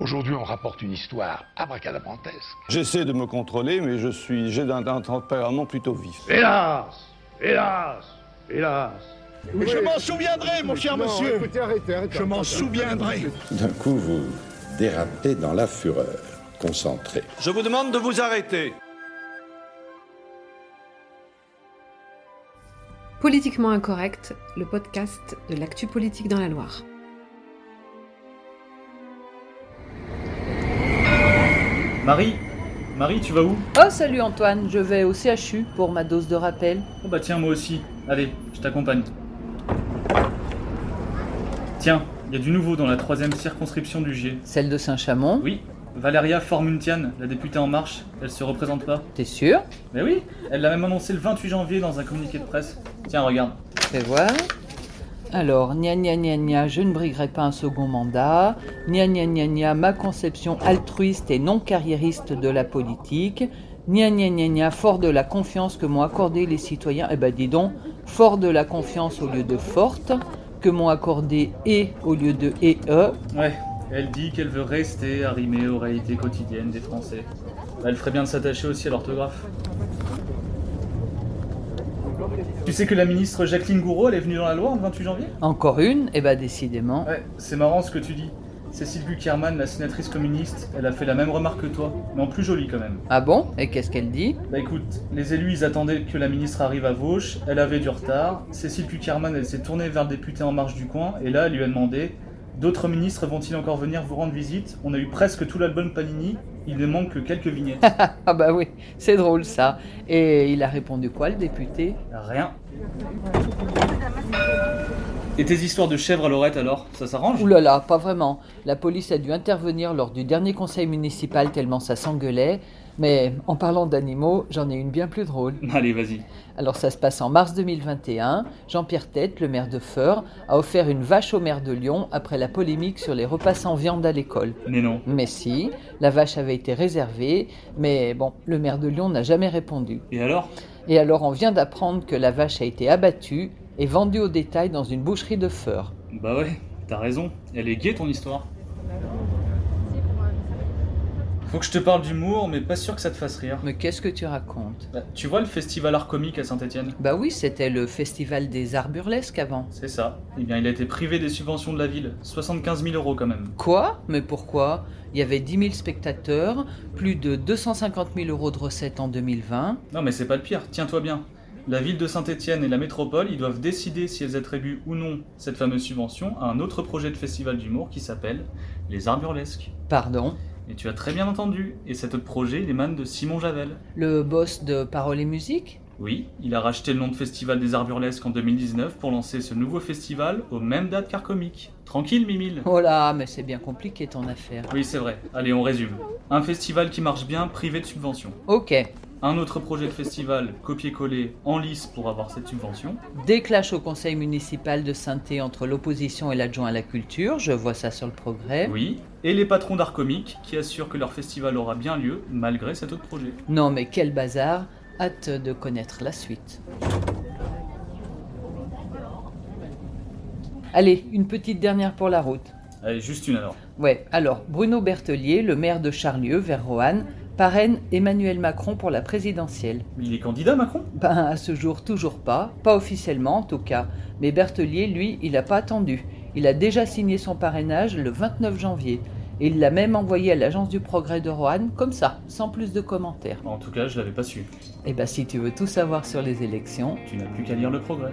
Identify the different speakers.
Speaker 1: Aujourd'hui, on rapporte une histoire abracadabrantesque.
Speaker 2: J'essaie de me contrôler, mais je suis, j'ai un, un tempérament plutôt vif.
Speaker 1: Hélas Hélas Hélas
Speaker 3: Mais je m'en souviendrai, mon cher monsieur Je m'en souviendrai
Speaker 4: D'un coup, vous dérapez dans la fureur, concentré.
Speaker 2: Je vous demande de vous arrêter.
Speaker 5: Politiquement incorrect, le podcast de l'actu politique dans la Loire.
Speaker 6: Marie Marie, tu vas où
Speaker 7: Oh salut Antoine, je vais au CHU pour ma dose de rappel.
Speaker 6: Oh bah tiens, moi aussi. Allez, je t'accompagne. Tiens, il y a du nouveau dans la troisième circonscription du G.
Speaker 7: Celle de Saint-Chamond,
Speaker 6: Oui, Valeria Formuntian, la députée En Marche, elle se représente pas.
Speaker 7: t'es sûr
Speaker 6: Mais oui, elle l'a même annoncé le 28 janvier dans un communiqué de presse. Tiens, regarde.
Speaker 7: Fais voir. Alors, gna gna gna gna, je ne briguerai pas un second mandat. Gna gna gna gna, ma conception altruiste et non carriériste de la politique. Gna gna gna gna, fort de la confiance que m'ont accordé les citoyens. Eh ben dis donc, fort de la confiance au lieu de forte, que m'ont accordé et au lieu de et e.
Speaker 6: Ouais, elle dit qu'elle veut rester arrimée aux réalités quotidiennes des Français. Elle ferait bien de s'attacher aussi à l'orthographe. Tu sais que la ministre Jacqueline Gouraud, elle est venue dans la Loire le 28 janvier
Speaker 7: Encore une, eh ben décidément.
Speaker 6: Ouais, c'est marrant ce que tu dis. Cécile Buckerman, la sénatrice communiste, elle a fait la même remarque que toi, mais en plus jolie quand même.
Speaker 7: Ah bon Et qu'est-ce qu'elle dit
Speaker 6: Bah écoute, les élus ils attendaient que la ministre arrive à Vauche, elle avait du retard, Cécile Buckerman elle s'est tournée vers le député en marche du coin, et là elle lui a demandé D'autres ministres vont-ils encore venir vous rendre visite On a eu presque tout l'album Panini, il ne manque que quelques vignettes.
Speaker 7: Ah bah oui, c'est drôle ça. Et il a répondu quoi le député
Speaker 6: Rien. Et tes histoires de chèvres à lorette alors Ça s'arrange
Speaker 7: Ouh là là, pas vraiment. La police a dû intervenir lors du dernier conseil municipal tellement ça s'engueulait. Mais en parlant d'animaux, j'en ai une bien plus drôle.
Speaker 6: Bah Allez, vas-y.
Speaker 7: Alors ça se passe en mars 2021. Jean-Pierre Tête, le maire de Feur, a offert une vache au maire de Lyon après la polémique sur les repas sans viande à l'école.
Speaker 6: Mais non.
Speaker 7: Mais si, la vache avait été réservée, mais bon, le maire de Lyon n'a jamais répondu.
Speaker 6: Et alors
Speaker 7: Et alors on vient d'apprendre que la vache a été abattue et vendue au détail dans une boucherie de Feur.
Speaker 6: Bah ouais, t'as raison. Elle est gaie ton histoire. Faut que je te parle d'humour, mais pas sûr que ça te fasse rire.
Speaker 7: Mais qu'est-ce que tu racontes
Speaker 6: Bah, Tu vois le festival art comique à Saint-Etienne
Speaker 7: Bah oui, c'était le festival des arts burlesques avant.
Speaker 6: C'est ça. Eh bien, il a été privé des subventions de la ville. 75 000 euros quand même.
Speaker 7: Quoi Mais pourquoi Il y avait 10 000 spectateurs, plus de 250 000 euros de recettes en 2020.
Speaker 6: Non, mais c'est pas le pire, tiens-toi bien. La ville de Saint-Etienne et la métropole, ils doivent décider si elles attribuent ou non cette fameuse subvention à un autre projet de festival d'humour qui s'appelle les Arts Burlesques.
Speaker 7: Pardon.
Speaker 6: Et tu as très bien entendu, et cet autre projet, il émane de Simon Javel.
Speaker 7: Le boss de Parole et Musique
Speaker 6: Oui, il a racheté le nom de Festival des Arts Burlesques en 2019 pour lancer ce nouveau festival aux mêmes dates qu'Art Comique. Tranquille, Mimile
Speaker 7: Oh là, mais c'est bien compliqué ton affaire.
Speaker 6: Oui, c'est vrai. Allez, on résume. Un festival qui marche bien, privé de subvention.
Speaker 7: Ok,
Speaker 6: Un autre projet de festival, copier-coller, en lice pour avoir cette subvention.
Speaker 7: des clashs au conseil municipal de Sainté entre l'opposition et l'adjoint à la culture, je vois ça sur le progrès.
Speaker 6: Oui. Et les patrons d'art comique qui assurent que leur festival aura bien lieu malgré cet autre projet.
Speaker 7: Non mais quel bazar, hâte de connaître la suite. Allez, une petite dernière pour la route.
Speaker 6: Allez, juste une alors.
Speaker 7: Ouais, alors Bruno Bertelier, le maire de Charlieu, vers Roanne, parraine Emmanuel Macron pour la présidentielle.
Speaker 6: Mais il est candidat Macron
Speaker 7: Ben à ce jour toujours pas, pas officiellement en tout cas, mais Bertelier, lui, il n'a pas attendu. Il a déjà signé son parrainage le 29 janvier. Et il l'a même envoyé à l'agence du progrès de Roanne, comme ça, sans plus de commentaires.
Speaker 6: En tout cas, je l'avais pas su.
Speaker 7: Et ben si tu veux tout savoir sur les élections,
Speaker 6: Tu n'as plus qu'à lire le progrès.